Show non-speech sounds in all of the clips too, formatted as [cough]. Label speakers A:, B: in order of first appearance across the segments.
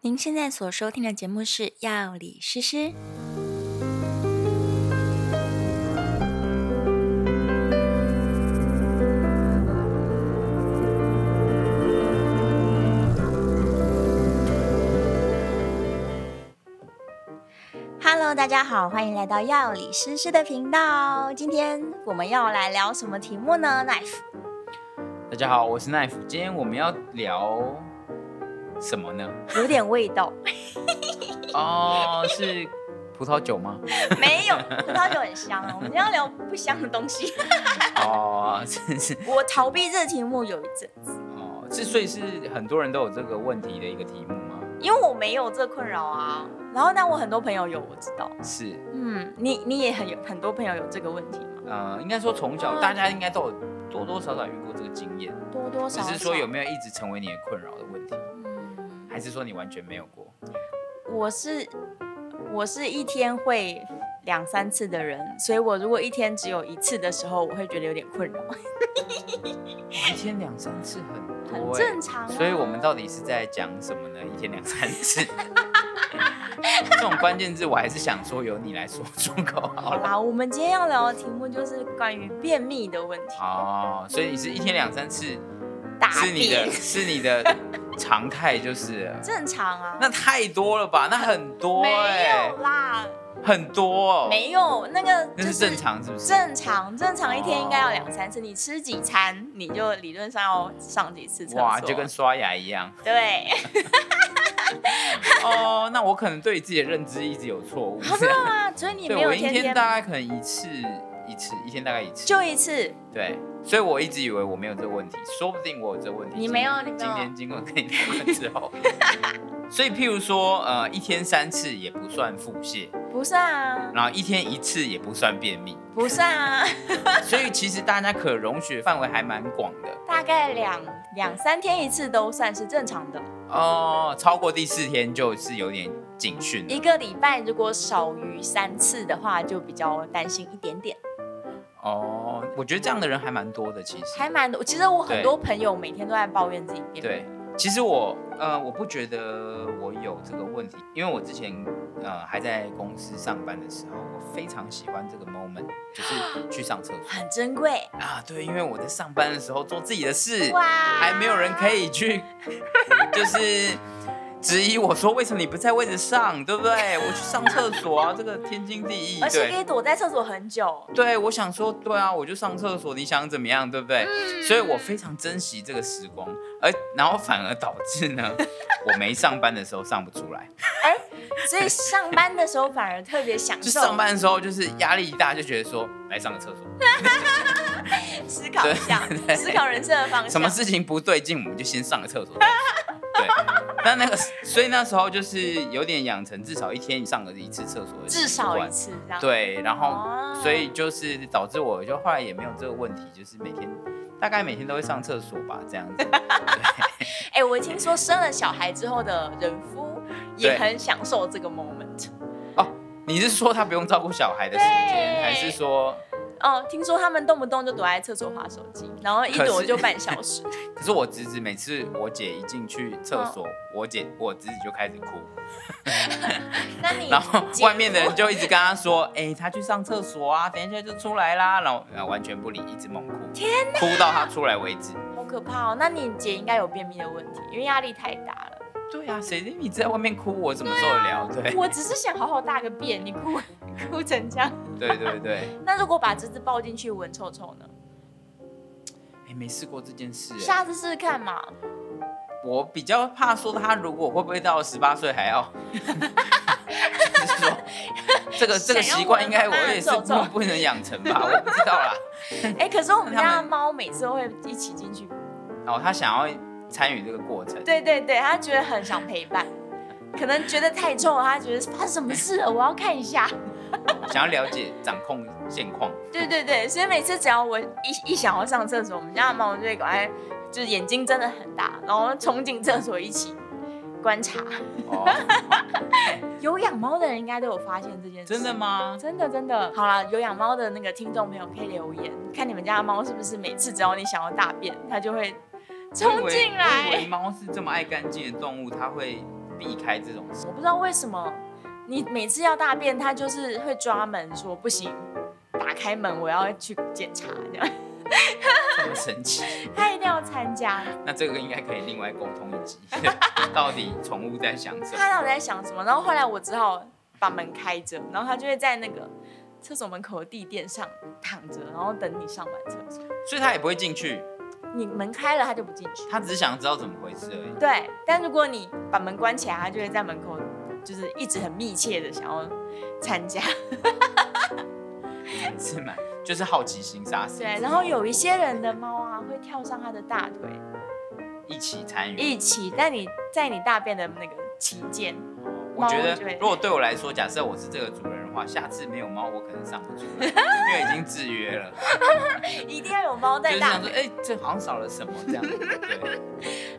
A: 您现在所收听的节目是《药理诗诗》。Hello，大家好，欢迎来到药理诗诗的频道。今天我们要来聊什么题目呢？Knife，
B: 大家好，我是 Knife，今天我们要聊什么呢？
A: [laughs] 有点味道，
B: 哦，是葡萄酒吗？
A: 没有葡萄酒很香啊。我们今天要聊不香的东西。
B: 哦，是是
A: 我逃避这个题目有一阵子，
B: 哦，是所以是很多人都有这个问题的一个题目吗？
A: 因为我没有这困扰啊。然后，但我很多朋友有，我知道。
B: 是，
A: 嗯，你你也很有很多朋友有这个问题吗？
B: 呃，应该说从小大家应该都有多多少少遇过这个经验，
A: 多多
B: 只
A: 少少。
B: 是说有没有一直成为你的困扰的问题，
A: 嗯
B: 还是说你完全没有过？
A: 我是我是一天会两三次的人，所以我如果一天只有一次的时候，我会觉得有点困扰，
B: 一哎天两三次很
A: 很
B: 多、欸，
A: 正常啊、
B: 所以我们到底是在讲什么呢？一天两三次，这种关键字我还是想说由你来说出口好
A: 好
B: 了。
A: 啦，我们今天要聊的题目就是关于便秘的问题，
B: 哦，所以你是一天两三次，
A: 大
B: 是你
A: 便
B: 的，是你的常态就是了。
A: 正常啊。
B: 那太多了吧？那很多
A: 没
B: 哎、
A: 有啦，
B: 很多、哦，
A: 没有那个
B: 那
A: 就是
B: 正常是不是？
A: 正常，正常一天应该要两三次。你吃几餐，你就理论上要上几次厕所。
B: 哇，就跟刷牙一样
A: 对，
B: 哦。那我可能对自己的认知一直有错误，
A: 真的吗？所以啊你没
B: 对
A: 有
B: 我一
A: 天
B: 天大概可能一次一次，一天大概一次，
A: 就一次，
B: 对，所以我一直以为我没有这个问题，说不定我有这个问题。
A: 你没有
B: 今天
A: 那
B: 今
A: 个
B: 天经过跟你讨论之
A: [laughs]
B: 后，所以譬如说，呃，一天三次也不算腹泻，
A: 不算啊，
B: 然后一天一次也不算便秘，
A: 不算啊，
B: 所以其实大家可容许的范围还蛮广的
A: 大概两两三天一次都算是正常的。
B: 哦、超过第四天就是有点警讯了
A: 一个礼拜如果少于三次的话，就比较担心一点点，
B: 哦。我觉得这样的人还蛮多的，其实
A: 还蛮多。其实我很
B: 对
A: 多朋友每天都在抱怨自己便秘，
B: 对，其实我呃，我不觉得我有这个问题，因为我之前呃还在公司上班的时候，我非常喜欢这个 moment，就是
A: 啊
B: 去上厕所
A: 很珍贵
B: 啊。对，因为我在上班的时候做自己的事，
A: 哇，
B: 还没有人可以
A: [laughs]
B: 去，就是。质疑我说为什么你不在位置上，对不对？我去上厕所啊，这个天经地义。
A: 而且可
B: 对
A: 以躲在厕所很久。
B: 对，我想说，对啊，我就上厕所，你想怎么样，对不对？
A: 嗯
B: 所以我非常珍惜这个时光，而然后反而导致
A: [laughs]
B: 呢，我没上班的时候上不出来，
A: 所以上班的时候反而特别享
B: 就
A: 受，
B: 上班的时候就是压力一大，就觉得说来上个厕所，
A: 思考一下，思考人生的方向。
B: 什么事情不对劲，我们就先上个厕所再说。对，
A: [laughs]
B: 那那个，所以那时候就是有点养成至少一天上个一次厕所的
A: 至
B: 习
A: 少
B: 惯
A: 一，次这样。
B: 对，然后
A: 哦，
B: 所以就是导致我就后来也没有这个问题，就是每天大概每天都会上厕所吧，这样子。
A: 哎、我听说生了小孩之后的人夫也
B: 对
A: 很享受这个 moment。
B: 你是说他不用照顾小孩的时
A: 对
B: 间，还是说？
A: 哦，听说他们动不动就躲在厕所划手机，然后一躲
B: 可是
A: 就半小
B: [laughs]
A: 时。
B: 可是我侄子每次我姐一进去厕所，
A: 嗯
B: 我姐我侄子就开始哭，
A: 那你
B: 然后
A: 姐夫
B: 外面的人就一直跟他说：“哎、他去上厕所啊，等一下就出来啦。”然后然后完全不理，一直猛哭，
A: 天
B: 哭到他出来为止。
A: 好可怕哦。那你姐应该有便秘的问题，因为压力太大了。
B: 对啊，谁你在外面哭，我怎么受得了？
A: [laughs]
B: 对
A: 我只是想好好大个便，你哭 [laughs] 哭成这样。
B: 对对对，
A: 那如果把侄子抱进去闻臭臭呢？
B: 哎、没试过这件事、哎
A: 下次试试看嘛。
B: 我比较怕说他如果会不会到十八岁
A: [laughs]
B: 还要， [laughs] 就是说这个这个习惯应该我也是
A: 想要闻妈妈的
B: 不
A: 皱皱
B: 不能养成吧，我不知道啦。
A: 哎、可是我们
B: 他们
A: 家的猫每次都会一起进去
B: 然后哦他想要参与这个过程，
A: 对对对，他觉得很想陪伴，可能觉得太重了，他觉得发生什么事了，我要看一下。
B: 想要了解掌控现
A: [laughs]
B: 况。
A: 对对对，所以每次只要我一一想要上厕所，我们家的猫就会赶快，就是眼睛真的很大，然后冲进厕所一起观察。
B: 哦，
A: 有养猫的人应该都有发现这件事，
B: 真的？吗？
A: 真的真的。好啦，有养猫的那个听众朋友可以留言，看你们家的猫是不是每次只要你想要大便，它就会冲进
B: 我以为我以
A: 来。
B: 为猫是这么爱干净的动物，它会比避开这种事。
A: 我不知道为什么你每次要大便，他就是会抓门说不行，打开门我要去检查，这样 [laughs]
B: 这么神奇。 [laughs]
A: 他一定要参加。
B: 那这个应该可以另外沟通一
A: [laughs]
B: 集，到底宠物在想什
A: 他
B: 么？
A: 到底在想什么？然后后来我只好把门开着，然后他就会在那个厕所门口的地垫上躺着，然后等你上完厕所。
B: 所以它也不会进去，
A: 你门开了，他就不进去。
B: 它只是想知道怎么回事而已。
A: 对，但如果你把门关起来，他就会在门口，就是一直很密切的想要参加。 [laughs]
B: 也是蛮，就是好奇心杀死。
A: 对，然后有一些人的猫啊，会跳上他的大腿
B: 一起参与。
A: 一起，但你在你大便的那个期间，
B: 我觉
A: 猫就
B: 得
A: 会
B: 如果对我来说，假设我是这个主人的话，下次没有猫，我可能上不出
A: [laughs]
B: 来，因为已经制约了。
A: 一定要有猫
B: 就是
A: 在大
B: 想说，
A: 腿。
B: 哎、这好像少了什么这样。
A: [laughs]
B: 对，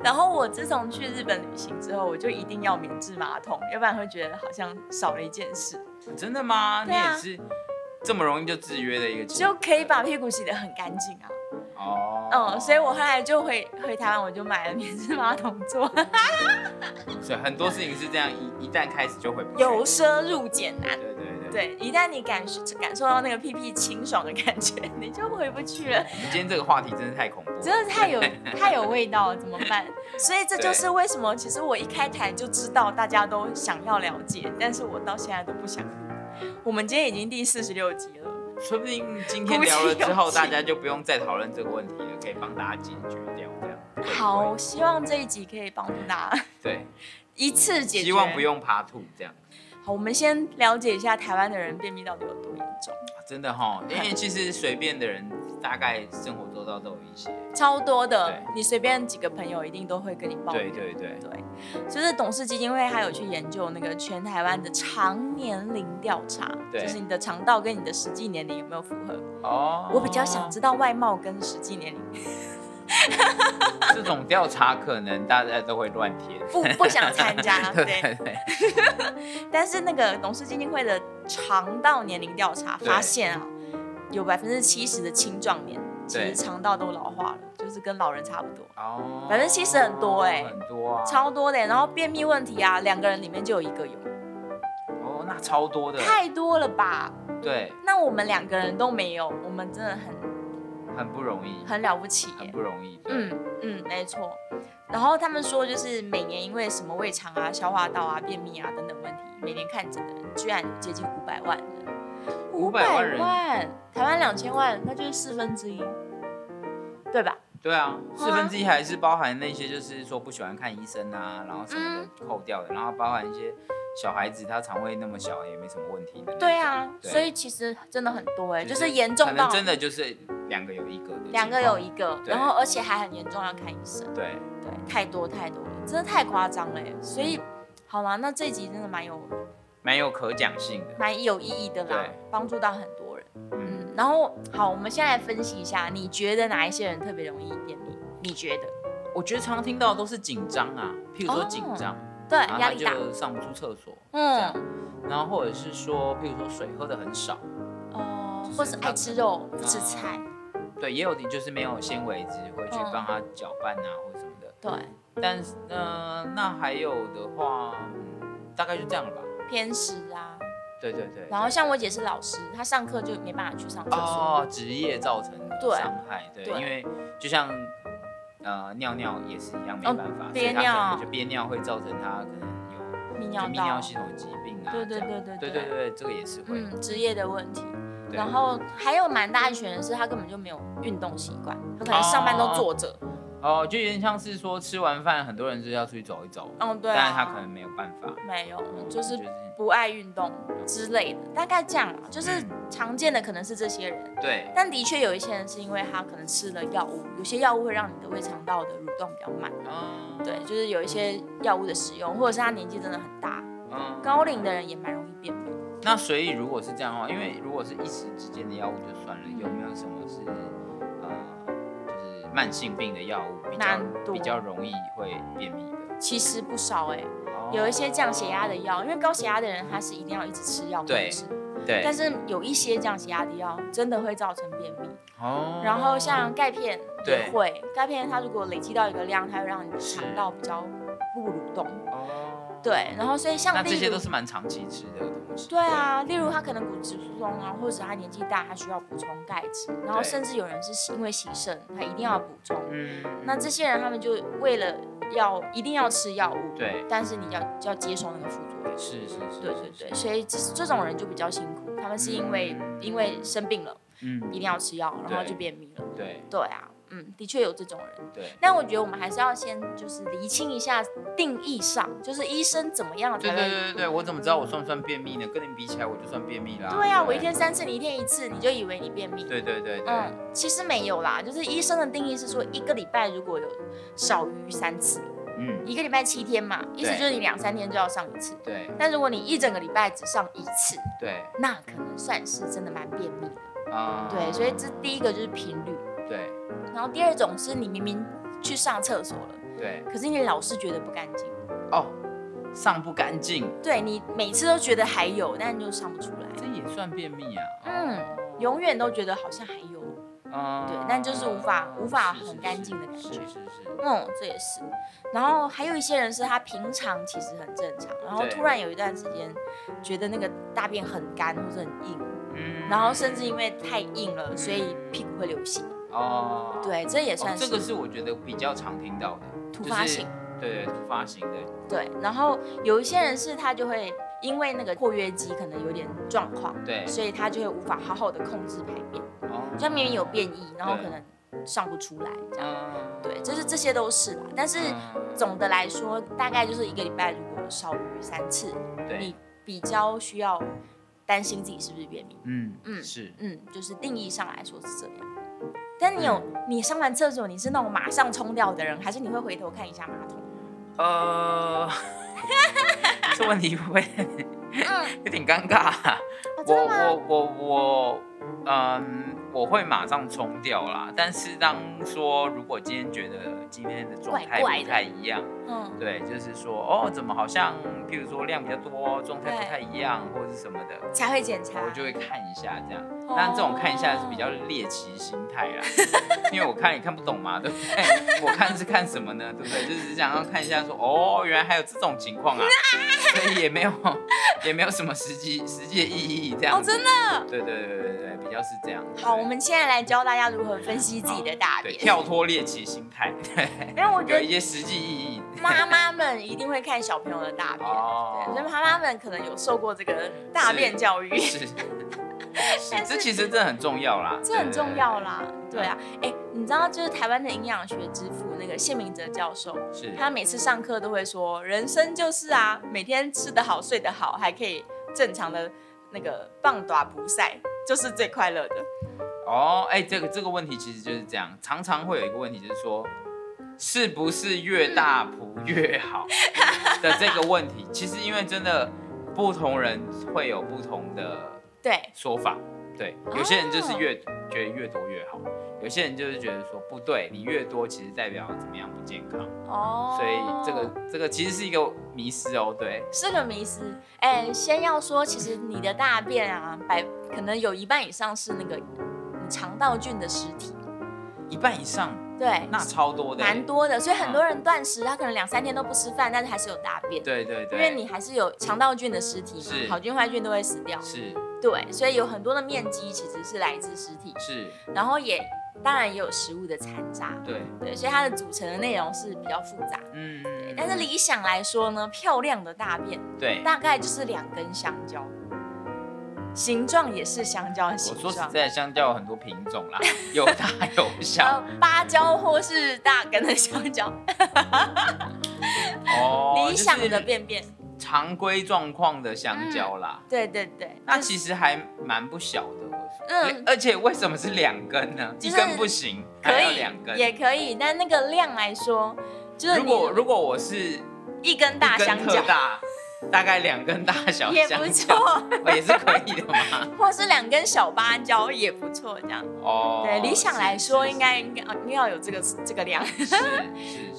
A: 然后我自从去日本旅行之后，我就一定要免治马桶，要不然会觉得好像少了一件事。
B: 真的吗？你
A: 对啊
B: 也是这么容易就制约的一个情
A: 就可以把屁股洗得很干净啊。
B: 哦。
A: 嗯，所以我后来就回回台湾，我就买了免治马桶座，
B: 所以很多事情是这样，一一旦开始就回不去。
A: 由奢入俭难。
B: 对对对。
A: 对，一旦你感受感受到那个屁屁清爽的感觉，你就回不去了。
B: 我们今天这个话题真的太恐怖了。
A: 真的太 [laughs] 有太有味道了，怎么办？所以这就是为什么，其实我一开台就知道大家都想要了解，但是我到现在都不想。我们今天已经第四十六集了，
B: 说不定今天聊了之后，大家就不用再讨论这个问题了，可以帮大家解决掉这样。会不会
A: 好，，希望这一集可以帮助大家
B: 对，
A: [laughs] 一次解决。
B: 希望不。用爬吐这样。
A: 好，我们先了解一下台湾的人便秘到底有多严重。
B: 啊真的
A: [laughs]
B: 哈，因为其实随便的人，大概生活周遭都有一些。
A: 超多的
B: 对，
A: 你随便几个朋友一定都会跟你抱
B: 对
A: 怨。
B: 对对，
A: 对就是董事基金会还有去研究那个全台湾的常年龄调查，
B: 对
A: 就是你的肠道跟你的实际年龄有没有符合。
B: 哦，
A: 我比较想知道外貌跟实际年龄，
B: 这种调查，可能大家都会乱填。
A: 不不想参加。
B: [laughs]
A: 啊
B: 对
A: 对，
B: 对对，
A: 但是那个董事基金会的肠道年龄调查
B: 对
A: 发现啊，有百分之七十的青壮年其
B: 对
A: 实肠道都老化了，就是跟老人差不多。
B: 哦，
A: 反正其实很多欸
B: 很多啊，
A: 超多的，然后便秘问题啊，两个人里面就有一个有，
B: 哦，那超多的，
A: 太多了吧？
B: 对，
A: 那我们两个人都没有，我们真的很
B: 很不容易，
A: 很了不起
B: 很
A: 耶。
B: 不容易。对，
A: 嗯嗯，没错。然后他们说，就是每年因为什么胃肠啊、消化道啊、便秘啊等等问题，每年看诊的人居然有接近五百万人。
B: 500万人
A: 台湾两千万，那就是四分之一，对吧？
B: 对啊，
A: 好啊
B: 四分之一还是包含那些就是说不喜欢看医生啊，然后什么
A: 嗯
B: 的扣掉的，然后包含一些小孩子他肠胃那么小也没什么问题的那种。
A: 对啊，
B: 对
A: 所以其实真的很多哎、
B: 就
A: 就是是严重
B: 可
A: 到
B: 能真的就是两个有一个的情况，
A: 两个有一个，
B: 对
A: 然后而且还很严重，要看医生。
B: 对，
A: 对，太多太多了，真的太夸张了耶。所
B: 嗯
A: 以，好啦，那这一集真的蛮有
B: 蛮有可讲性的。
A: 蛮有意义的啦
B: 对，
A: 帮助到很多人。
B: 嗯，
A: 嗯，然后好，我们现在来分析一下，你觉得哪一些人特别容易便秘？你觉得？
B: 我觉得常听到的都是紧张啊，譬如说紧
A: 哦
B: 张，
A: 对，
B: 然后
A: 压
B: 他
A: 力大。
B: 啊就上不出厕所，这样
A: 嗯，
B: 然后或者是说，譬如说水喝的很少，
A: 哦
B: 就，是
A: 或是爱吃肉不吃
B: 啊
A: 菜，
B: 对，也有的就是没有纤维质回去
A: 嗯
B: 帮他搅拌啊或者什么的。
A: 对，
B: 但是呃，那还有的话，嗯大概就这样了吧。
A: 偏食啊。
B: 对对对。
A: 然后像我姐是老师，她上课就没办法去上厕所。
B: 哦，职业造成的
A: 对
B: 伤害，对，
A: 对
B: 因为就像呃尿尿也是一样，没
A: 哦
B: 办法，所
A: 憋
B: 以他可
A: 尿
B: 能就憋尿会造成他可能
A: 泌
B: 有就
A: 尿
B: 泌
A: 道
B: 尿，系统疾病啊，
A: 对对
B: 这样
A: 对对
B: 对
A: 对
B: 对对，这个也是会。
A: 嗯，职业的问题。
B: 对
A: 然后还有蛮大一群人是他根本就没有运动习惯，他可能上班都坐着。
B: 哦，就有点像是说吃完饭，很多人就是要出去走一走，
A: 嗯，对、啊。
B: 但是他可能没有办法，
A: 没有，
B: 嗯
A: 就是不爱运动之类的，大概这样啊。就是
B: 嗯
A: 常见的可能是这些人，
B: 对
A: 但的确有一些人是因为他可能吃了药物，有些药物会让你的胃肠道的蠕动比较慢。
B: 嗯
A: 对，就是有一些药物的使用，或者是他年纪真的很大，
B: 嗯
A: 高龄的人也蛮容易便秘。
B: 那所以如果是这样的话，因为如果是一时之间的药物就算了，
A: 嗯
B: 有没有什么是呃就是慢性病的药物比较
A: 蛮多
B: 比较容易会便秘的？
A: 其实不少哎、
B: 哦
A: 有一些降血压的药，因为高血压的人他是一定要一直吃药控
B: 对
A: 制，
B: 对，
A: 但是有一些降血压的药真的会造成便秘。
B: 哦
A: 然后像钙片也
B: 对
A: 会，钙片它如果累积到一个量，它会让你的肠道比较不蠕动。
B: 哦
A: 对，然后所以像
B: 那这
A: 例
B: 些
A: 如
B: 都是蛮长期吃的东西。
A: 对啊，例如他可能骨质疏松啊，或者他年纪大，他需要补充钙质，然后
B: 对
A: 甚至有人是因为洗肾，他一定要补充。
B: 对，嗯，
A: 那这些人他们就为了要一定要吃药物，
B: 对，
A: 但是你要就要接受那个副作用。
B: 是是是，
A: 对对对，所以这这种人就比较辛苦，他们是因为、
B: 嗯
A: 因为生病了，一
B: 嗯，
A: 定要吃药，然后
B: 对
A: 就便秘了。
B: 对
A: 对啊，嗯，的确有这种人。
B: 对。
A: 但我觉得我们还是要先就是厘清一下定义上，就是医生怎么样才
B: 对
A: 会
B: 对对对对，我怎么知道我算不算便秘呢？跟你比起来，我就算便秘啦。
A: 对呀、
B: 不
A: 我一天三次，你一天一次，你就以为你便秘。
B: 对对对对，
A: 嗯，其实没有啦，就是医生的定义是说，一个礼拜如果有少于三次，
B: 嗯，
A: 一个礼拜七天嘛，意思
B: 对
A: 就是你两三天就要上一次。
B: 对
A: 但如果你一整个礼拜只上一次，
B: 对
A: 那可能算是真的蛮便秘的。
B: 啊，
A: 对，所以这第一个就是频率，
B: 对
A: 然后第二种是你明明去上厕所了，
B: 对
A: 可是你老是觉得不干净，
B: 哦，上不干净，
A: 对你每次都觉得还有，但你就上不出来，
B: 这也算便秘啊？
A: 嗯，永远都觉得好像还有。
B: 嗯，
A: 对但就是无法无法很干净的感
B: 是
A: 觉
B: 是是是是
A: 嗯，这也是。然后还有一些人是他平常其实很正常，然后
B: 对
A: 突然有一段时间觉得那个大便很干或者很硬，
B: 嗯
A: 然后甚至因为太硬了，所以屁股会流血。
B: 哦，嗯哦，
A: 对，这也算是
B: 这个是我觉得比较常听到的
A: 突发，
B: 就
A: 性
B: 是对对，突发型的，
A: 对。然后有一些人是他就会因为那个括约肌可能有点状况，
B: 对，
A: 所以他就会无法好好的控制排便，
B: 哦，
A: 就明明有便意，然后
B: 对
A: 可能上不出来这样。
B: 嗯，
A: 对，就是这些都是啦。但是
B: 嗯
A: 总的来说，大概就是一个礼拜如果少于三次，
B: 对
A: 你，比较需要担心自己是不是便秘。
B: 嗯
A: 嗯
B: 嗯是，
A: 嗯，就是定义上来说是这样。但你有
B: 嗯
A: 你上完厕所，你是那种马上冲掉的人，还是你会回头看一下马桶？
B: 呃， [laughs] 这问题会不会 [laughs]
A: 嗯，
B: 有点尴尬、
A: [laughs] 哦真
B: 我
A: 的吗？
B: 我我我，嗯，我会马上冲掉啦。但是当说如果今天觉得今天的状
A: 怪
B: 态
A: 怪的
B: 不太一样，
A: 嗯，
B: 对，就是说哦，怎么好像譬如说量比较多，状态不
A: 对
B: 太一样，或者是什么的。
A: 才会检查。
B: 我就会看一下这样，
A: 哦
B: 但这种看一下是比较猎奇心态啦，因为我看也看不懂嘛，对不对？我看是看什么呢？对不对？就是想要看一下说，哦，原来还有这种情况啊，所以也没有也没有什么实际实际的意义这样
A: 哦，
B: 子。
A: 真的。
B: 对对对对对，比较是这样。
A: 好，
B: 对
A: 我们现在来教大家如何分析自己的大
B: 对
A: 便，
B: 跳脱猎奇心态，对，
A: 因为我觉
B: 有
A: 得
B: 一些实际意义。
A: 妈妈们一定会看小朋友的大便。对，所以
B: 哦，
A: 妈妈们可能有受过这个大便教育，
B: 是是，
A: 但是
B: 这其实真的很重要啦，
A: [laughs] 这很重要啦。
B: 嗯
A: 对啊，哎、你知道就是台湾的营养学之父那个谢明哲教授，
B: 对。对对
A: 他每次上课都会说，人生就是啊，每天吃得好，睡得好，还可以正常的那个棒打不赛，就是最快乐的。
B: 是哦，哎、这个这个问题其实就是这样，常常会有一个问题就是说，是不是越大谱
A: 嗯
B: 越好的这个问题，其实因为真的不同人会有不同的
A: 对，
B: 说法。对，有些人就是越、
A: 哦
B: 觉得越多越好，有些人就是觉得说不对，你越多其实代表怎么样不健康，
A: 哦，
B: 所以这个这个其实是一个迷失哦。对，
A: 是个迷思。哎、先要说，其实你的大便啊，百可能有一半以上是那个你肠道菌的尸体，
B: 一半以上
A: 对，
B: 那超多的，欸
A: 蛮多的，所以很多人断食，他可能两三天都不吃饭，但是还是有大便。
B: 对对
A: 因
B: 对，
A: 为你还是有肠道菌的尸体嘛，
B: 是
A: 好菌坏菌都会死掉，
B: 是
A: 对，所以有很多的面积其实是来自尸体，
B: 是，
A: 然后也当然也有食物的残渣，
B: 对，
A: 对，所以它的组成的内容是比较复杂。
B: 嗯，
A: 对但是理想来说呢，漂亮的大便
B: 对，
A: 大概就是两根香蕉，形状也是香蕉的嗯形
B: 我说实
A: 状，
B: 在，香蕉有很多品种
A: [laughs]
B: 啦，有大有
A: 然
B: 小
A: 后呃芭蕉或是大根的香蕉，
B: 哦，
A: 理想
B: 就
A: 的
B: 是
A: 便便，
B: 常规状况的香蕉啦。
A: 对对对，
B: 那
A: 就是
B: 其实还蛮不小的，我说。
A: 嗯
B: 嗯，而且为什么是两根呢？
A: 就
B: 一
A: 是
B: 根不行，
A: 可
B: 还要
A: 以
B: 两根。
A: 也可以，但那个量来说，就是
B: 如
A: 你
B: 果如果我是
A: 一根大
B: 一根
A: 香
B: 特
A: 蕉 [laughs]
B: 大，大概两根大小
A: 也不
B: 香蕉，
A: 错， [laughs]
B: 哦也是可以的嘛。
A: 或是两根小芭蕉也不错，这样。
B: 哦，
A: [laughs] 对，理想来说
B: 是
A: 应该应该应该要有这个这个量。 [laughs]
B: 是是是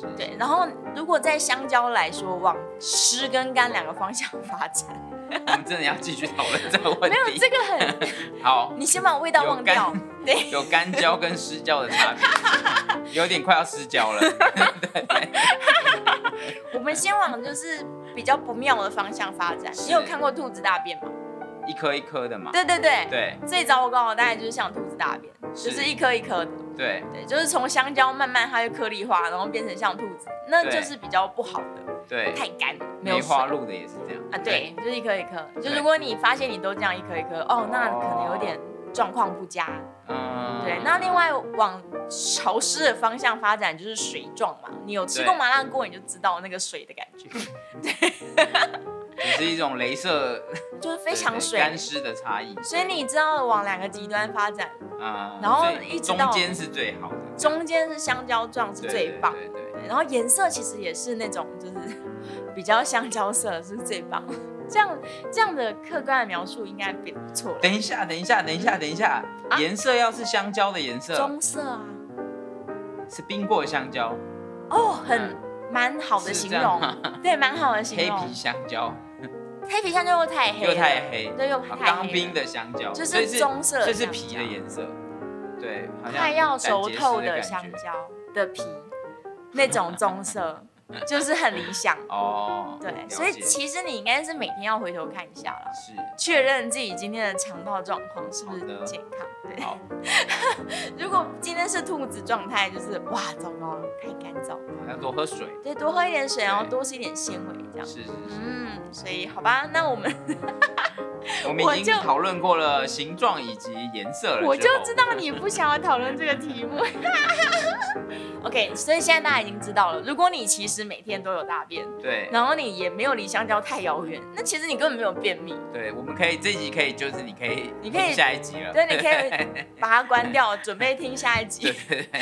B: 是，
A: 对，然后如果在香蕉来说，往湿跟干两个方向发展，
B: 我们真的要继续讨论这个问
A: 没有
B: 题。
A: 这个
B: [laughs]
A: 很，
B: 好，
A: 你先把味道忘掉
B: 有。
A: 对，
B: 有干胶跟湿胶的差别，有点快要失焦了。对，
A: 我们先往就是比较不妙的方向发展。
B: 是
A: 你有看过兔子大便吗？
B: 一颗一颗的嘛。
A: 对对对，
B: 对
A: 最早我刚好大概就是像兔子大便，
B: 是
A: 就是一颗一颗的，
B: 对
A: 对，就是从香蕉慢慢它就颗粒化，然后变成像兔子，那
B: 对
A: 就是比较不好的，
B: 对，
A: 太干了，没有
B: 梅
A: 水
B: 花鹿的也是这样
A: 啊，对，就是一颗一颗。就
B: 对
A: 如果你发现你都这样一颗一颗，哦，那可能有点状况不佳。
B: 嗯，
A: 对，那另外往潮湿的方向发展就是水状嘛，你有吃过
B: 对
A: 麻辣锅，你就知道那个水的感
B: [laughs]
A: 觉，
B: 只是一种镭射
A: 就是非常水。
B: 干湿的差异。
A: 所以你知道往两个极端发展，
B: 啊，
A: 然后
B: 所以
A: 一直
B: 中
A: 到
B: 间是最好的，
A: 中间是香蕉状是
B: 对
A: 最棒。
B: 对对对
A: 对然后颜色其实也是那种就是 [laughs] 比较香蕉色是最棒。这样这样的客观的描述应该比不错了。
B: 等一下，等一下，等一下，等一下，
A: 啊
B: 颜色要是香蕉的颜色，
A: 棕色啊，
B: 是冰过的香蕉，
A: 哦，很
B: 嗯
A: 蛮好的
B: 是
A: 形
B: 这样
A: 容
B: 吗，
A: 对，蛮好的形
B: 黑
A: 容。
B: 皮香蕉，
A: 黑皮香蕉又哦太黑了，
B: 又太黑，
A: 对，又
B: 啊
A: 太黑了
B: 当兵的香蕉，
A: 就是
B: 所以
A: 棕色的
B: 所以是
A: 香
B: 皮
A: 蕉
B: 的颜色，对，好像
A: 快要熟透
B: 胆结
A: 的
B: 石的
A: 香
B: 感觉
A: 蕉的皮，那种棕色， [laughs] 就是很理想。
B: 哦，
A: 对
B: 了，
A: 所以
B: 解
A: 其实你应该是每天要回头看一下了，
B: 是
A: 确认自己今天的肠道状况是不是
B: 好的
A: 健康。对，
B: 好，
A: 如果今天是兔子状态，就是哇，糟糕了，太干燥了。
B: 要多喝水，
A: 对，多喝一点水，然后
B: 对
A: 多吃一点纤维，这样。
B: 是是是，
A: 嗯，所以好吧，那我们
B: 我们
A: 我
B: 已
A: 就
B: 经讨论过了形状以及颜色了，
A: 我就知，道你不想要讨论这个题目。OK，所以现在大家已经知道了，如果你其实每天都有大便，
B: 对
A: 然后你也没有离香蕉太遥远，那其实你根本没有便秘，
B: 对，我们可以这集可以就是你可以，
A: 你可以
B: 下一集了，
A: 对，你可以把它关掉，准备听下一
B: 对
A: 集。
B: 对对，
A: [laughs]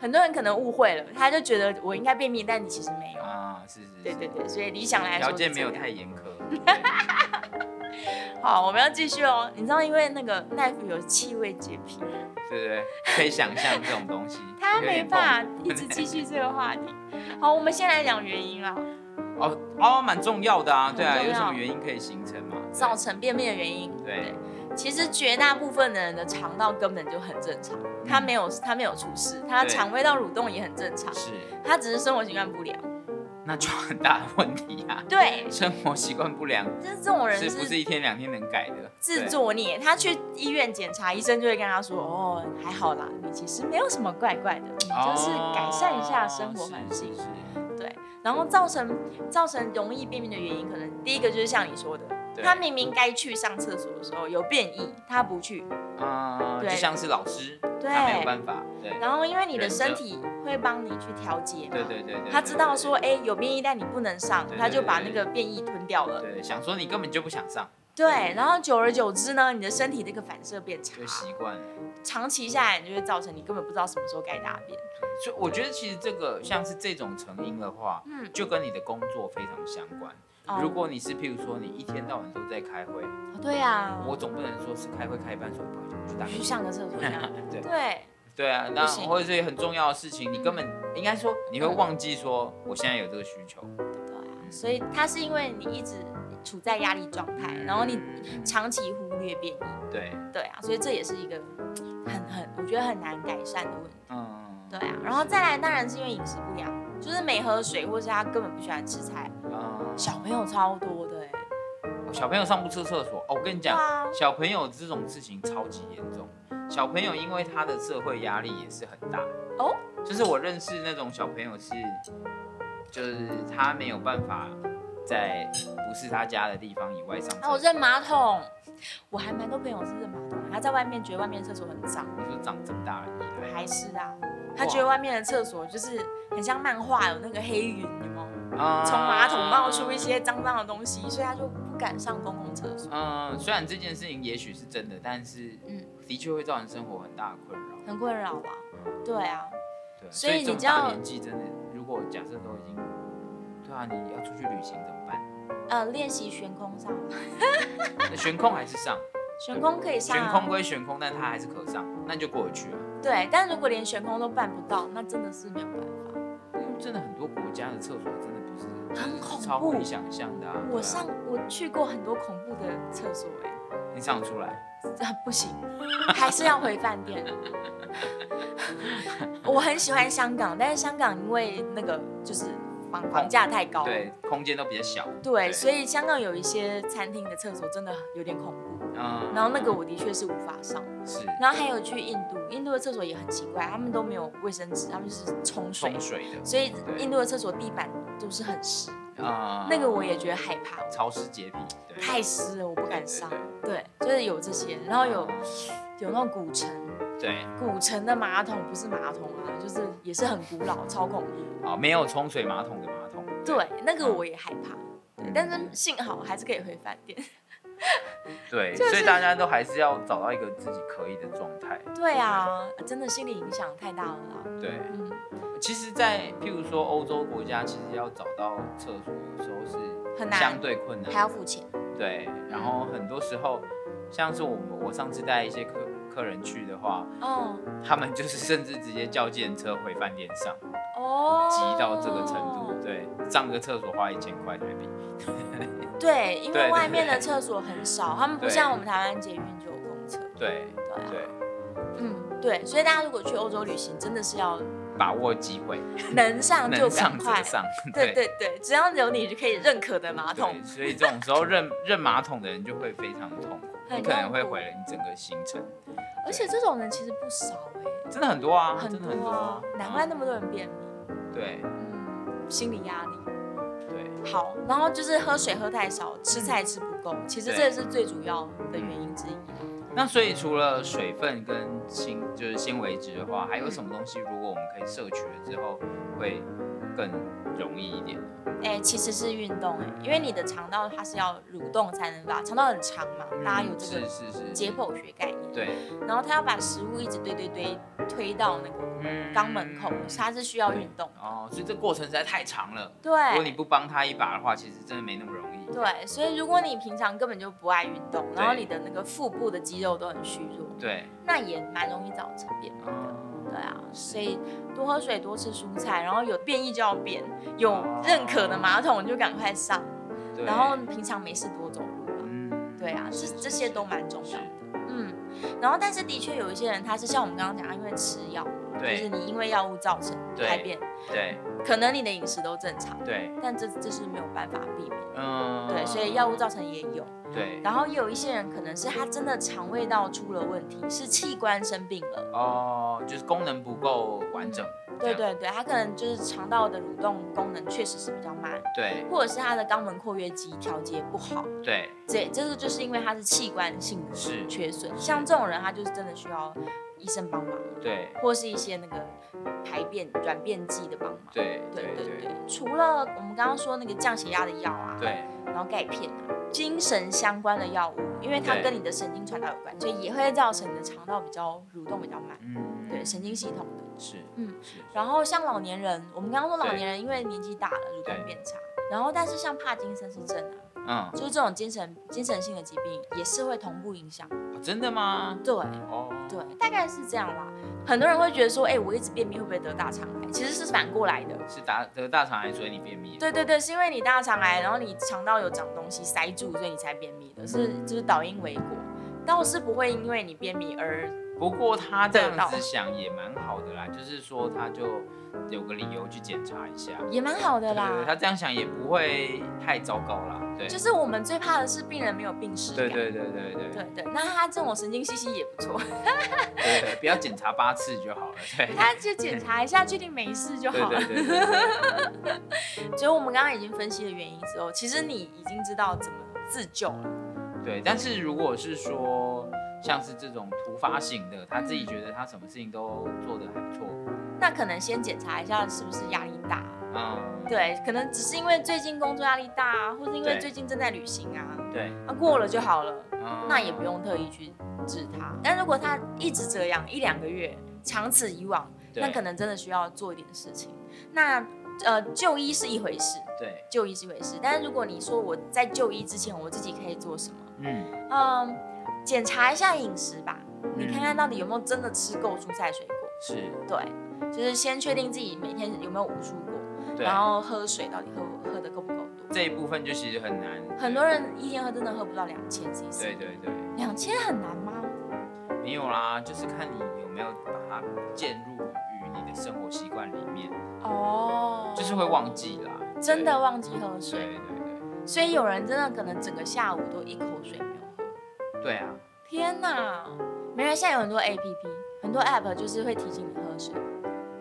A: 很多人可能误会了，他就觉得我应该便秘，但你其实没有。
B: 啊，是是是，
A: 对对对，所以理想来说
B: 条
A: 是
B: 件没有
A: 这样
B: 太严
A: [laughs]
B: 苛。
A: 好，我们要继续哦。你知道，因为那个奈夫有气味洁癖，。
B: 对对对，可以想象这种东西
A: 他
B: 有
A: 没
B: 点
A: 办法
B: 痛
A: 一直继续这个话题。好，我们先来讲原因啊。
B: 哦哦，蛮重要的啊，对啊，
A: 很重要
B: 有什么原因可以形成嘛？对
A: 造成便秘的原因。
B: 对，
A: 其实绝大部分的人的肠道根本就很正常，他没有他没有出事，他
B: 嗯对
A: 肠胃道蠕动也很正常，
B: 是，
A: 他只是生活习惯不良。
B: [laughs] 那就很大的问题啊。
A: 对，
B: 生活习惯不良
A: 就是这种人
B: 是不是
A: 是
B: 一天两天能改的？
A: 自
B: 对，
A: 作孽，他去医院检查，医生就会跟他说：“哦，还好啦，你其实没有什么怪怪的，你就是改善一下生活环境。
B: 哦。是是是
A: 对，然后造成造成容易便秘的原因，可能第一个就是像你说的，
B: 对
A: 他明明该去上厕所的时候有便意，他不去，
B: 啊，就
A: 对
B: 像是老师，
A: 对
B: 他没有办法，对，
A: 然后因为你的
B: 忍着
A: 身体会帮你去调节嘛，
B: 对对对对，
A: 他知道说，
B: 对，
A: 哎、有便意但你不能上
B: 对，对
A: 他就把那个便意吞掉了。
B: 对对，想说你根本就不想上，
A: 对，然后久而久之呢，你的身体这个反射变差
B: 就，习惯了。
A: 长期下来，你就会造成你根本不知道什么时候该大便。
B: 所以我觉得其实这个像是这种成因的话，
A: 嗯，
B: 就跟你的工作非常相关。
A: 哦
B: 如果你是譬如说你一天到晚都在开会，
A: 对啊，
B: 我总不能说是开会开一半说哎不好意思我去打
A: 你
B: 个
A: 去上个厕所这
B: [laughs]
A: 样。
B: 嗝对
A: 对，
B: 对啊，那
A: 不行嗯
B: 或者是很重要的事情，你根本应该说你会忘记说我现在有这个需求。
A: 对啊，所以他是因为你一直处在压力状态，
B: 嗯
A: 然后你长期忽略便意，
B: 对，
A: 对啊，所以这也是一个很很我觉得很难改善的问题。
B: 嗯，
A: 对啊，然后再来当然是因为饮食不良，就是没喝水，或是他根本不喜欢吃菜。
B: 嗯，
A: 小朋友超多的哎、
B: 小朋友上不出厕所哦，我跟你讲，
A: 啊
B: 小朋友这种事情超级严重。小朋友因为他的社会压力也是很大，
A: 哦，
B: 就是我认识那种小朋友是，就是他没有办法在不是他家的地方以外上厕
A: 哦那我
B: 所。
A: 认马桶，我还蛮多朋友是认马桶的，他在外面觉得外面厕所很脏，
B: 你说长这么大了以来
A: 还是啊，他觉得外面的厕所就是很像漫画有那个黑云，有没有？
B: 啊
A: 从马桶冒出一。些脏脏的东西，所以他就不敢上公共厕所，
B: 嗯，虽然这件事情也许是真的，但是
A: 嗯
B: 的确会造成生活很大的困扰。
A: 很困扰啊。对啊，
B: 对，
A: 所以
B: 这
A: 你
B: 种
A: 知道
B: 大年纪真的，如果假设都已经，对啊，你要出去旅行怎么办？
A: 呃，练习悬空上，
B: 那悬空还是
A: [laughs]
B: 上，
A: 悬空可以上、
B: 悬
A: 啊，
B: 空归悬空，但它还是可上，那你就过得去啊。
A: 对，但如果连悬空都办不到，那真的是没有办法。
B: 因为真的很多国家的厕所真的不是
A: 很恐怖
B: 超乎你想象的啊。对
A: 我
B: 啊
A: 上我去过很多恐怖的厕所、欸，
B: 你上得出来，
A: 啊，不行，还是要回饭店。我很喜欢香港，但是香港因为那个就是房房价太高，
B: 对，空间都比较小，
A: 对
B: 对
A: 所以香港有一些餐厅的厕所真的有点恐怖。
B: 嗯，
A: 然后那个我的确是无法上，
B: 是
A: 然后还有去印度，印度的厕所也很奇怪，他们都没有卫生纸，他们是冲水
B: 冲，水的，
A: 所以
B: 对
A: 印度的厕所地板都是很湿，
B: 啊、
A: 那个我也觉得害怕，
B: 潮湿洁癖，对，
A: 太湿了，我不敢上
B: 对。
A: 对，就是有这些，然后有有那种古城，
B: 对，
A: 古城的马桶不是马桶啊，就是也是很古老，超恐怖。
B: 啊，没有冲水马桶的马桶，
A: 对，那
B: 嗯
A: 个我也害怕，对但是幸好还是可以回饭店。
B: [laughs] 对，
A: 就是
B: 所以大家都还是要找到一个自己可以的状态。
A: 对啊，真的心理影响太大了啦。
B: 对，
A: 嗯，
B: 其实在，譬如说欧洲国家，其实要找到厕所，有时候是
A: 很难
B: 相对困难的
A: 还要付钱。
B: 对，然后很多时候，像是我们我上次带一些客客人去的话，
A: 哦
B: 他们就是甚至直接叫计程车回饭店上，
A: 哦，
B: 急到这个程度。。对，上个厕所花一千块台币。
A: 对，因
B: 对
A: 为
B: 对
A: 外面的厕所很少，他们不
B: 对
A: 像我们台湾捷运就有公厕。
B: 对
A: 对啊，
B: 对，
A: 嗯，对，所以大家如果去欧洲旅行，真的是要
B: 把握机会，
A: 能上就
B: 能
A: 赶
B: 上则
A: 快。
B: 上。 [laughs]
A: 对对对，只要有你就可以认可的马桶
B: 对，，所以这种时候认 [laughs] 认马桶的人就会非常痛苦，
A: 很
B: 你可能
A: 痛
B: 会
A: 苦
B: 毁了你整个行程。
A: 而且这种人其实不少哎、
B: 真的很多啊，
A: 很
B: 真的很
A: 多啊，难怪那么多人便秘，
B: 对
A: 嗯，心理压力。
B: 对
A: 好，然后就是喝水喝太少，吃菜吃不够，其实这
B: 对
A: 是最主要的原因之一啦。
B: 那所以除了水分跟纤就是纤维质的话，还有什么东西如果我们可以摄取了之后会更容易一点？
A: 哎、其实是运动哎、因为你的肠道它是要蠕动才能把肠道很长嘛，大家有这
B: 嗯是
A: 个
B: 是是
A: 解，剖学概念，
B: 对，
A: 然后它要把食物一直堆堆堆推到那个
B: 嗯
A: 肛门口，它是需要运动的。
B: 哦，所以这过程实在太长了。如果你
A: 对
B: 不帮他一把的话，其实真的没那么容易。
A: 对，所以如果你平常根本就不爱运动，然后
B: 对
A: 你的那个腹部的肌肉都很虚弱，
B: 对，
A: 那也蛮容易造成便秘的。
B: 哦
A: 对啊，所以多喝水，多吃蔬菜，然后有便意就要便，有认可的马桶就赶快上，
B: 对
A: 然后平常没事多走路啊。
B: 嗯
A: 对啊，这
B: 是
A: 这些
B: 是
A: 都蛮重要的。嗯，然后但是的确有一些人他是像我们刚刚讲的，因为吃药，就
B: 对
A: 是你因为药物造成
B: 对
A: 排便，
B: 对
A: 可能你的饮食都正常，
B: 对，
A: 但这这是没有办法避免。
B: 嗯，
A: 对，所以药物造成也有。
B: 对
A: 然后也有一些人可能是他真的肠胃道出了问题，是器官生病了。
B: 哦，就是功能不够完整。
A: 对
B: 这样
A: 对对，他可能就是肠道的蠕动功能确实是比较慢，
B: 对
A: 或者是他的肛门括约肌调节不好，
B: 对
A: 这这个就是因为他是器官性的
B: 是
A: 缺损。像这种人，他就是真的需要医生帮忙，
B: 对
A: 或是一些那个排便软便剂的帮忙。
B: 对
A: 对
B: 对
A: 对
B: 对
A: 对，除了我们刚刚说那个降血压的药啊，
B: 对
A: 然后钙片啊，精神相关的药物，因为它
B: 对
A: 跟你的神经传导有关，所以也会造成你的肠道比较蠕动比较慢，
B: 嗯
A: 对神经系统的。
B: 是
A: 嗯
B: 是
A: 然后像老年人，我们刚刚说老
B: 对
A: 年人因为年纪大了，蠕动
B: 对
A: 变差。然后，但是像帕金森氏症啊，
B: 嗯
A: 就是这种精神精神性的疾病，也是会同步影响。
B: 真的吗？
A: 对
B: 哦
A: 对，大概是这样啦。很多人会觉得说，哎、我一直便秘会不会得大肠癌？其实是反过来的。
B: 是大得大肠癌所以你便秘了
A: 对对对，是因为你大肠癌，然后你肠道有长东西塞住，所以你才便秘的，是就是导因为果，倒是不会因为你便秘而
B: 不过他这
A: 得到
B: 样子想也蛮好的啦，就是说他就有个理由去检查一下。
A: 也蛮好的
B: 对
A: 啦。
B: 对对，他这样想也不会太糟糕啦。对，
A: 就是我们最怕的是病人没有病史
B: 对
A: 感。
B: 对对对对
A: 对对那他这种神经兮兮也不错，
B: 对对，不要检查八次就好了。对，
A: [laughs] 他就检查一下，确定没事就
B: 对
A: 好了。
B: 对对对对，
A: 所以我们刚刚已经分析了原因之后，其实你已经知道怎么自救了。
B: 对，但是如果是说像是这种突发型的，他自己觉得他什么事情都做得还不错，
A: 那可能先检查一下是不是压力大，
B: 嗯，
A: 对，可能只是因为最近工作压力大啊，或是因为
B: 对
A: 最近正在旅行啊，
B: 对，
A: 啊过了就好了。
B: 嗯
A: 那也不用特意去治它。但如果它一直这样一两个月，长此以往，
B: 对
A: 那可能真的需要做一点事情。那呃，就医是一回事，
B: 对，
A: 就医是一回事。但是如果你说我在就医之前，我自己可以做什么？
B: 嗯，
A: 嗯，检查一下饮食吧，你看看到底有没有真的吃够蔬菜水果。
B: 是，
A: 对，就是先确定自己每天有没有五蔬果，
B: 对，
A: 然后喝水到底喝喝的够不够多。
B: 这一部分就其实很难，
A: 很多人一天喝真的喝不到两千
B: 对
A: cc，
B: 对对，
A: 两千很难吗？
B: 没有啦，就是看你有没有把它渐入于你的生活习惯里面，
A: 哦，
B: 就是会忘记啦，
A: 真的忘记喝
B: 对
A: 水，
B: 对对
A: 所以有人真的可能整个下午都一口水没有喝。
B: 对啊，
A: 天哪！没人现在有很多 A P P，很多 App 就是会提醒你喝水，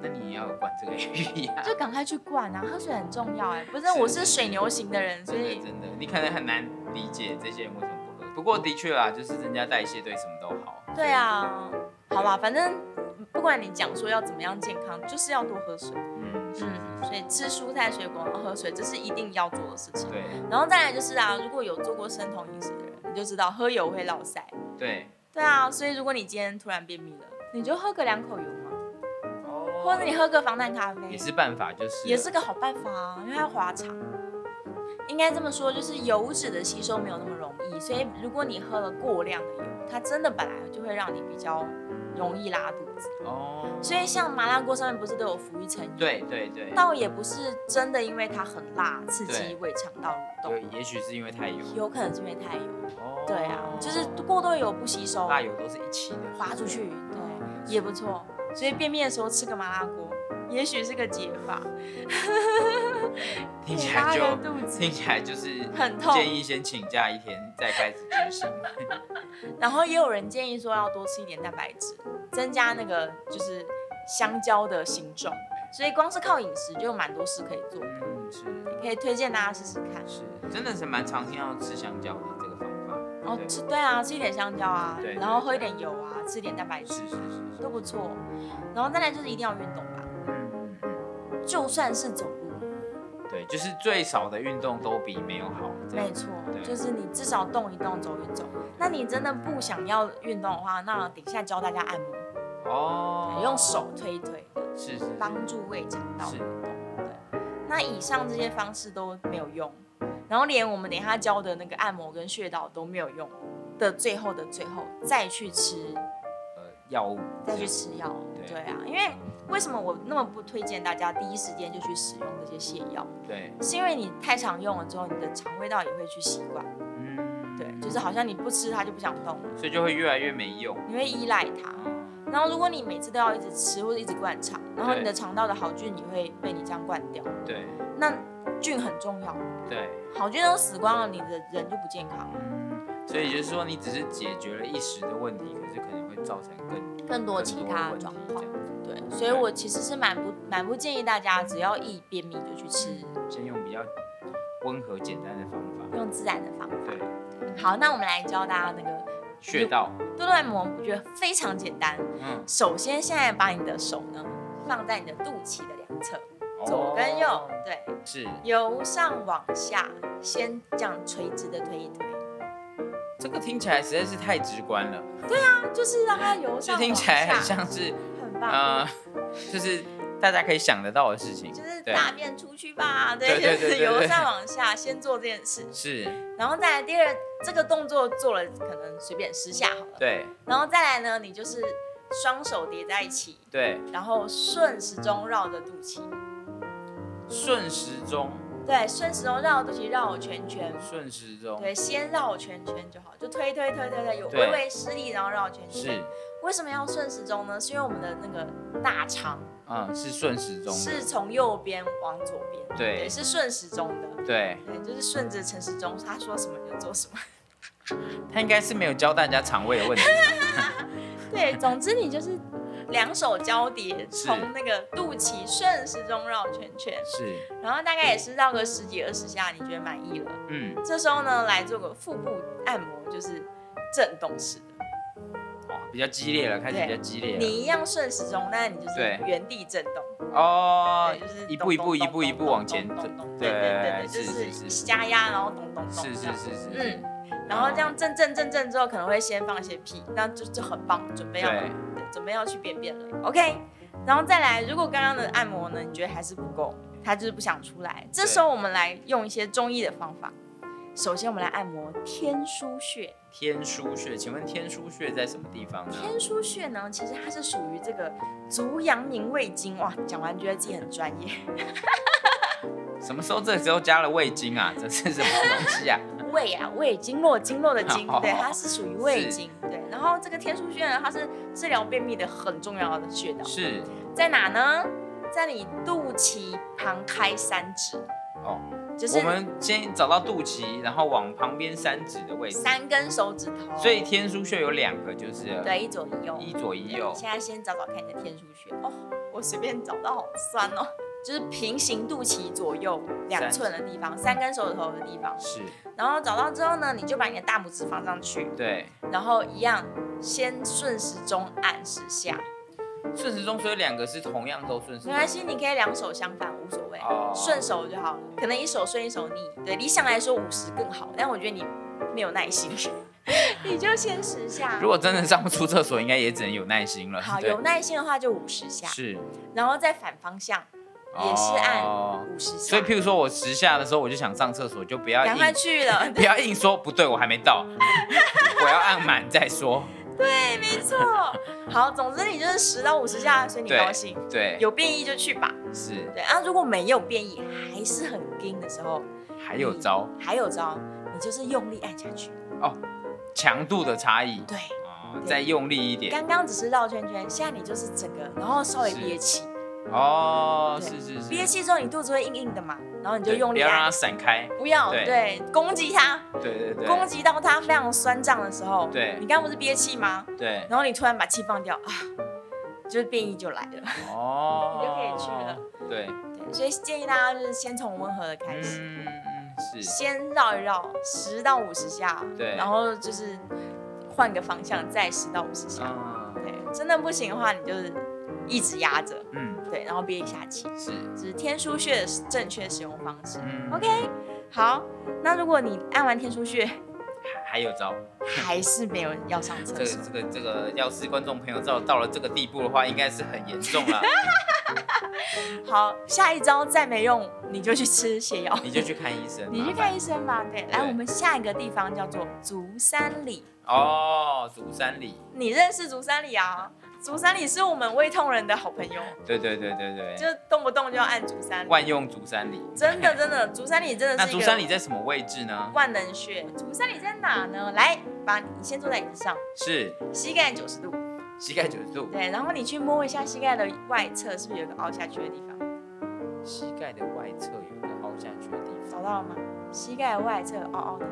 B: 那你也要管这个 [laughs] A P P 啊，
A: 就赶快去灌啊！喝水很重要哎、不是
B: 是
A: 我是水牛型的人，所
B: 真的
A: 以
B: 真的，你可能很难理解这些人为什么不喝。不过的确啦，就是增加代谢对什么都好。
A: 对啊，好吧，反正不管你讲说要怎么样健康，就是要多喝水。
B: 嗯，是
A: 嗯，
B: 是
A: 所以吃蔬菜水果然后喝水，这是一定要做的事情
B: 是，。对
A: 然后再来就是啊，如果有做过生酮饮食的人，你就知道喝油会落腮。
B: 对。
A: 对啊，所以如果你今天突然便秘了，你就喝个两口油嘛，
B: 哦
A: 或者你喝个防弹咖啡，
B: 也是办法，就是
A: 也是个好办法啊，因为它滑茶。应该这么说，就是油脂的吸收没有那么容易，所以如果你喝了过量的油，它真的本来就会让你比较容易拉肚子。
B: 哦，
A: 所以像麻辣锅上面不是都有浮一层油？
B: 对对对，
A: 倒也不是真的因为它很辣刺激
B: 对
A: 胃肠道蠕
B: 有
A: 动，
B: 也许是因为太油，
A: 有可能是因为太油。
B: 哦
A: 对啊，就是过多油不吸收，
B: 辣油都是一起的，
A: 滑出去，对，也不错。所以便秘的时候吃个麻辣锅，也许是个解法，
B: 听
A: 可
B: 起
A: 以
B: 来
A: 拉个
B: 就
A: 肚子
B: 听起来就是
A: 很痛
B: 建议先请假一天再开始执行。
A: 然后也有人建议说要多吃一点蛋白质，增加那个就是香蕉的形状。所以光是靠饮食就有蛮多事可以做，
B: [laughs] 嗯，是
A: 可以推荐大家试试看。
B: 是，真的是蛮常听到吃香蕉的这个方法。
A: 哦，
B: 对
A: 吃对啊，吃一点香蕉啊
B: 对，
A: 然后喝一点油啊，吃一点蛋白质
B: 是是是是，
A: 都不错。然后再来就是一定要运动吧，
B: 嗯嗯嗯，
A: 就算是走路，
B: 对，就是最少的运动都比没有好。这样
A: 没错，
B: 对
A: 就是你至少动一动，走一走。那你真的不想要运动的话，那等一下教大家按摩，
B: 哦，
A: 用手推一推的，
B: 是是是
A: 帮助胃肠道蠕
B: 是
A: 动。对，那以上这些方式都没有用，然后连我们等一下教的那个按摩跟穴道都没有用的，最后的最后再去吃
B: 呃药物
A: 再去吃药。
B: 对
A: 对啊，因为为什么我那么不推荐大家第一时间就去使用这些泻药？
B: 对，
A: 是因为你太常用了之后，你的肠胃道也会去习惯，
B: 嗯
A: 对，就是好像你不吃它就不想动了，
B: 所以就会越来越没用。
A: 你会依赖它。然后如果你每次都要一直吃或者一直灌肠，然后你的肠道的好菌也会被你这样灌掉。
B: 对
A: 那菌很重要，
B: 对，
A: 好菌都死光了，你的人就不健康了，
B: 嗯，所以就是说你只是解决了一时的问题，可是可能会造成更
A: 更多其他
B: 更
A: 的
B: 多
A: 状
B: 的问题
A: 况。
B: 这样子。
A: 对，所以我其实是蛮不蛮不建议大家，只要一便秘就去吃，
B: 先用比较温和简单的方法。
A: 用自然的方法。
B: 对，
A: 好，那我们来教大家那个
B: 穴道，
A: 多多按摩，我觉得非常简单。
B: 嗯，
A: 首先，现在把你的手呢放在你的肚脐的两侧，左跟右，
B: 哦
A: 对，
B: 是
A: 由上往下，先这样垂直的推一推，
B: 这个听起来实在是太直观了，
A: 就是让它由
B: 就
A: 上
B: 听
A: 往
B: 起来
A: 下，
B: 很像是
A: 很棒。
B: 呃， [laughs] 就是大家可以想得到的事情，
A: 就是
B: 对
A: 大便出去吧，对，
B: 对对
A: 就
B: 对
A: 是
B: 对
A: 由
B: 对
A: 上往下先做这件事，
B: 是，
A: 然后再来第二这个动作做了可能随便十下好了，
B: 对
A: 然后再来呢，你就是双手叠在一起，
B: 对，
A: 然后顺时钟绕着肚脐，
B: 顺时钟，
A: 对，顺时钟绕着肚脐绕圈圈，
B: 顺时钟，
A: 对，先绕圈圈就好，就推推推推推，有
B: 对
A: 微微施力，然后绕圈圈。
B: 是，
A: 为什么要顺时钟呢？是因为我们的那个大肠
B: 嗯，是顺时钟的，
A: 是从右边往左边，
B: 对
A: 对，是顺时钟的。
B: 对，
A: 对，就是顺着陈时中他说什么就做什
B: [laughs]
A: 么。
B: 他应该是没有教大家肠胃
A: [laughs]
B: 的问题，
A: 对，总之你就是两手交叠，
B: 是
A: 从那个肚脐顺时钟绕圈圈，
B: 是，
A: 然后大概也是绕个十几二十下，你觉得满意了，
B: 嗯，
A: 这时候呢来做个腹部按摩，就是震动式的。
B: 哦，比较激烈了，开始
A: 对
B: 比较激烈
A: 你
B: 了，
A: 一样顺时钟，但你就是
B: 啊对
A: 原地震动，
B: 哦
A: 对，，就是
B: 一步一步
A: 咚
B: 一步一步往前
A: 咚
B: 走
A: 咚咚，咚
B: 对
A: 对对对对，
B: 是
A: 就是
B: 是是
A: 加压，然后咚咚咚，
B: 是
A: 这
B: 是
A: 样
B: 是是，是，
A: 嗯，然后这样震震震震之后，可能会先放一些屁，那就就很棒，准备要
B: 对
A: 对准备要去便便了，OK。然后再来，如果刚刚的按摩呢，你觉得还是不够，他就是不想出来，这时候我们来用一些中医的方法。首先，我们来按摩天枢穴。
B: 天枢穴，请问天枢穴在什么地方呢？
A: 天枢穴呢，其实它是属于这个足阳明胃经。哇，讲完觉得自己很专业。
B: 什么时候这时候加了味精啊？这是什么东西啊？
A: [laughs]
B: [laughs]
A: 胃啊，胃经络，经络的 [laughs] 经
B: 哦，
A: 对，它是属于胃经。对，然后这个天枢穴呢，它是治疗便秘的很重要的穴道。
B: 是
A: 在哪呢？在你肚脐旁开三指，
B: 哦，
A: 就是
B: 我们先找到肚脐，然后往旁边三指的位置，
A: 三根手指头，
B: 所以天枢穴有两个，就是
A: 对一左一右。
B: 一左一右
A: 你。现在先找找看你的天枢穴哦，我随便找到好酸哦，就是平行肚脐左右两
B: 三
A: 寸的地方，三根手指头的地方。
B: 是，
A: 然后找到之后呢，你就把你的大拇指放上去，
B: 对，
A: 然后一样先顺时钟按十下，
B: 顺时钟所以两个是同样都顺时
A: 没
B: 钟，
A: 关系，你可以两手相反无所谓
B: 哦，
A: 顺、手就好了。可能一手顺一手逆，对，理想来说五十更好，但我觉得你没有耐心， [laughs] 你就先十下
B: 如。果真的上不出厕所，应该也只能有耐心了。
A: 好，
B: 对
A: 有耐心啊的话就五十下，
B: 是
A: 然后再反方向也是按
B: 哦
A: 五十下。
B: 所以，譬如啊说我十下的时候，我就想上厕所，就不要
A: 赶快
B: 硬
A: 去了， [laughs]
B: 不要硬说不对，我还没到， [laughs] 我要按满再说。
A: 对，没错。好，总之你就是十到五十下，所以你
B: 对
A: 高兴，
B: 对，
A: 有变异就去吧。
B: 是
A: 对啊，如果没有变异，还是很硬的时候，
B: 还有招
A: 还有招，你就是用力按下去。
B: 强度的差异
A: 对，
B: 哦
A: 对，
B: 再用力一点
A: 刚刚只是绕圈圈，现在你就是整个，然后稍微
B: 是
A: 憋气，
B: 哦，
A: 对
B: 是是是，
A: 憋气之后你肚子会硬硬的嘛，然后你就
B: 对
A: 用
B: 不
A: 力
B: 要让
A: 按
B: 它，闪开，
A: 不要
B: 对
A: 对攻击它，
B: 对对对，
A: 攻击到它非常酸胀的时候，
B: 对
A: 你刚刚不是憋气吗？
B: 对
A: 然后你突然把气放掉啊，就是变异就来了。
B: 哦，
A: 你就可以去了，
B: 对，
A: 对，所以建议大家就是先从温和的开始，
B: 嗯嗯是，
A: 先绕一绕十到五十下，
B: 对
A: 然后就是换个方向再十到五十下，
B: 嗯
A: 对，真的不行的话你就是一直压着，
B: 嗯
A: 对，然后憋一下气，
B: 是，
A: 这是天枢穴的正确使用方式。
B: 嗯
A: OK，好，那如果你按完天枢穴
B: 还有招。
A: 还是没有人要上
B: 这
A: 厕
B: 个 [laughs]
A: 所，
B: 这个这个，要是观众朋友到到了这个地步的话，应该是很严重
A: [laughs]
B: 了，
A: 好，下一招再没用你就去吃泻药，
B: 你就去看医生。
A: 你去
B: 麻烦
A: 看医生吧。对，来
B: 对
A: 我们下一个地方叫做足三里。
B: 哦，足三里，
A: 你认识竹山里啊？竹山里是我们胃痛人的好朋友，
B: 对对对对对，
A: 就动不动就要按竹山里。
B: 万用足三里。
A: 真的真的，竹山里
B: [laughs]
A: 真的
B: 那
A: 是一
B: 足三里
A: 个
B: 在什么位置呢？
A: 万能穴。竹山里在哪呢？来，把你先坐在椅子上，
B: 是
A: 膝盖九十度，
B: 膝盖九十度，
A: 对，然后你去摸一下膝盖的外侧，是不是有个凹下去的地方？
B: 膝盖的外侧有一个凹下去的地
A: 找到了吗？膝盖的外侧凹凹的，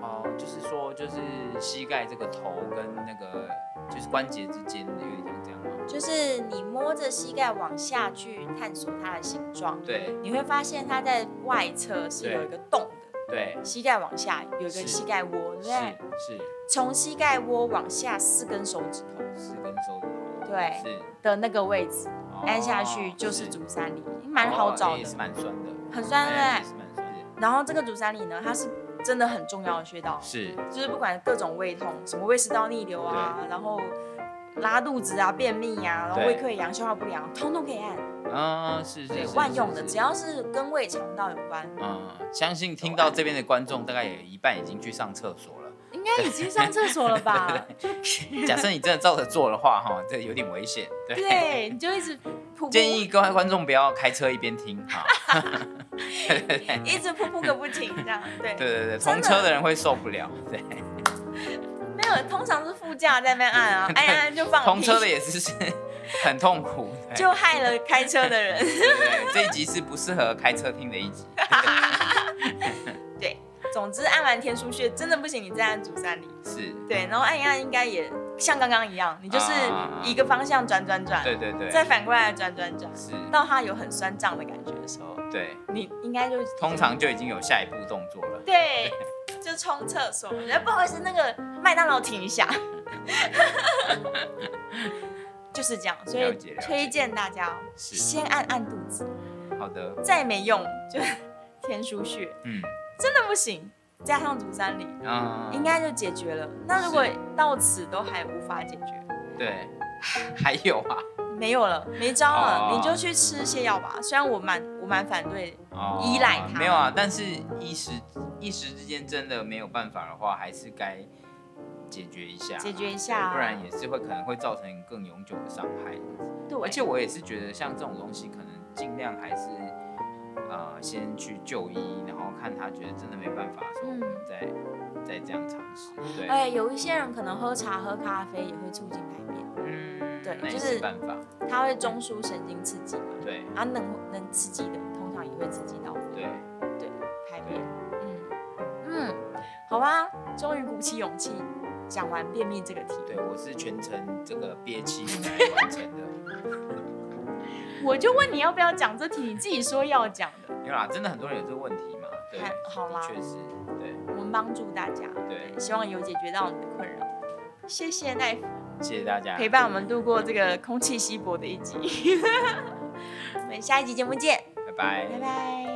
B: 方。哦，就是说，就是膝盖这个头跟那个就是关节之间有点像这样吗？
A: 就是你摸着膝盖往下去探索它的形状，
B: 对
A: 你会发现它在外侧是有一个洞的，
B: 对，
A: 膝盖往下有一个
B: 是
A: 膝盖窝，对不
B: 是
A: 对？
B: 是
A: 从膝盖窝往下四根手指头
B: 是跟手指头。
A: 对
B: 是
A: 的那个位置按下去哦就是
B: 足，
A: 足三里，蛮好找
B: 哦也是
A: 的，
B: 蛮酸的。
A: 很酸对
B: 哎也
A: 不
B: 是蛮酸的。
A: 对？然后这个足三里呢，它是真的很重要的穴道，
B: 是
A: 就是不管各种胃痛，什么胃食道逆流啊，然后拉肚子啊、便秘啊，然后
B: 对
A: 胃溃疡、消化不良，通通可以按，
B: 啊，是是
A: 对，
B: 是
A: 万
B: 是
A: 用的，
B: 是
A: 只要是跟胃肠道有关，
B: 嗯，相信听到这边的观众大概有一半已经去上厕所了。
A: 应该已经上厕所了吧？
B: 假设你真的照着做的话，哈，这有点危险。
A: [laughs]
B: 对，
A: 对，你就一直噗噗
B: 建议各位观众不要开车一边听哈。
A: 一直噗噗个不停，这样 [laughs] 对。
B: 对对对，
A: 真的
B: 同车的人会受不了。对，
A: 没有，通常是副驾在那边按
B: [laughs]
A: 啊，按一按就放
B: 同
A: 屁
B: 车的也是 [laughs] 是很痛苦。
A: [laughs]
B: 对
A: 就害了开车的人。 [laughs]
B: 对对，这一集是不适合开车听的一集。
A: 对，总之按完天枢穴真的不行，你再按足三里。
B: 是，
A: 对，然后按一按应该也像刚刚一样，你就是
B: 嗯啊
A: 一个方向转转转，
B: 对对对，
A: 再反过来转转转，
B: 是，
A: 到它有很酸胀的感觉的时候，
B: 对，
A: 你应该就
B: 哦通常就已经有下一步动作了。
A: 对。就冲厕所，哎，不好意思，那个麦当劳停一下， [laughs] 就是这样，所
B: 了
A: 以
B: 解了解
A: 推荐大家哦，
B: 是
A: 先按按肚子，
B: 好的，
A: 再没用 [laughs] 就天枢穴，
B: 嗯
A: 真的不行，加上足三里，
B: 嗯，
A: 应该就解决了。那如果到此都还无法解决，
B: 嗯对，还有啊，
A: 没有了，没招了，
B: 哦
A: 你就去吃泻药吧。虽然我蛮我蛮反对，
B: 哦
A: 依赖它
B: 没有啊，但是一时一时之间真的没有办法的话，还是该解决一下啊，
A: 解决一下啊
B: 对不然也是会可能会造成更永久的伤害。
A: 对，
B: 而且我也是觉得，像这种东西，可能尽量还是呃先去就医，然后看他觉得真的没办法的时候，我
A: 嗯
B: 们再再这样尝试。对，
A: 哎，有一些人可能喝茶喝咖啡也会促进排便，
B: 嗯，
A: 对
B: 那也
A: 就是
B: 是办法。
A: 它会中枢神经刺激嘛，
B: 对，
A: 啊能能刺激的，通常也会刺激到。
B: 对，
A: 对，拍便，嗯嗯，好吧，终于鼓起勇气讲完便秘这个题，
B: 对我是全程这个憋气来完成的。 [laughs]
A: 我就问你要不要讲这题，你自己说要讲的，
B: 没有啦，真的很多人有这个问题嘛？对，
A: 还好啦
B: 确实，对
A: 我们帮助大家，
B: 对，
A: 希望有解决到你的困扰。谢谢奈夫
B: 谢谢大家，
A: 陪伴我们度过这个 [laughs] 空气稀薄的一集，我们下一集节目见，
B: 拜拜
A: 拜拜。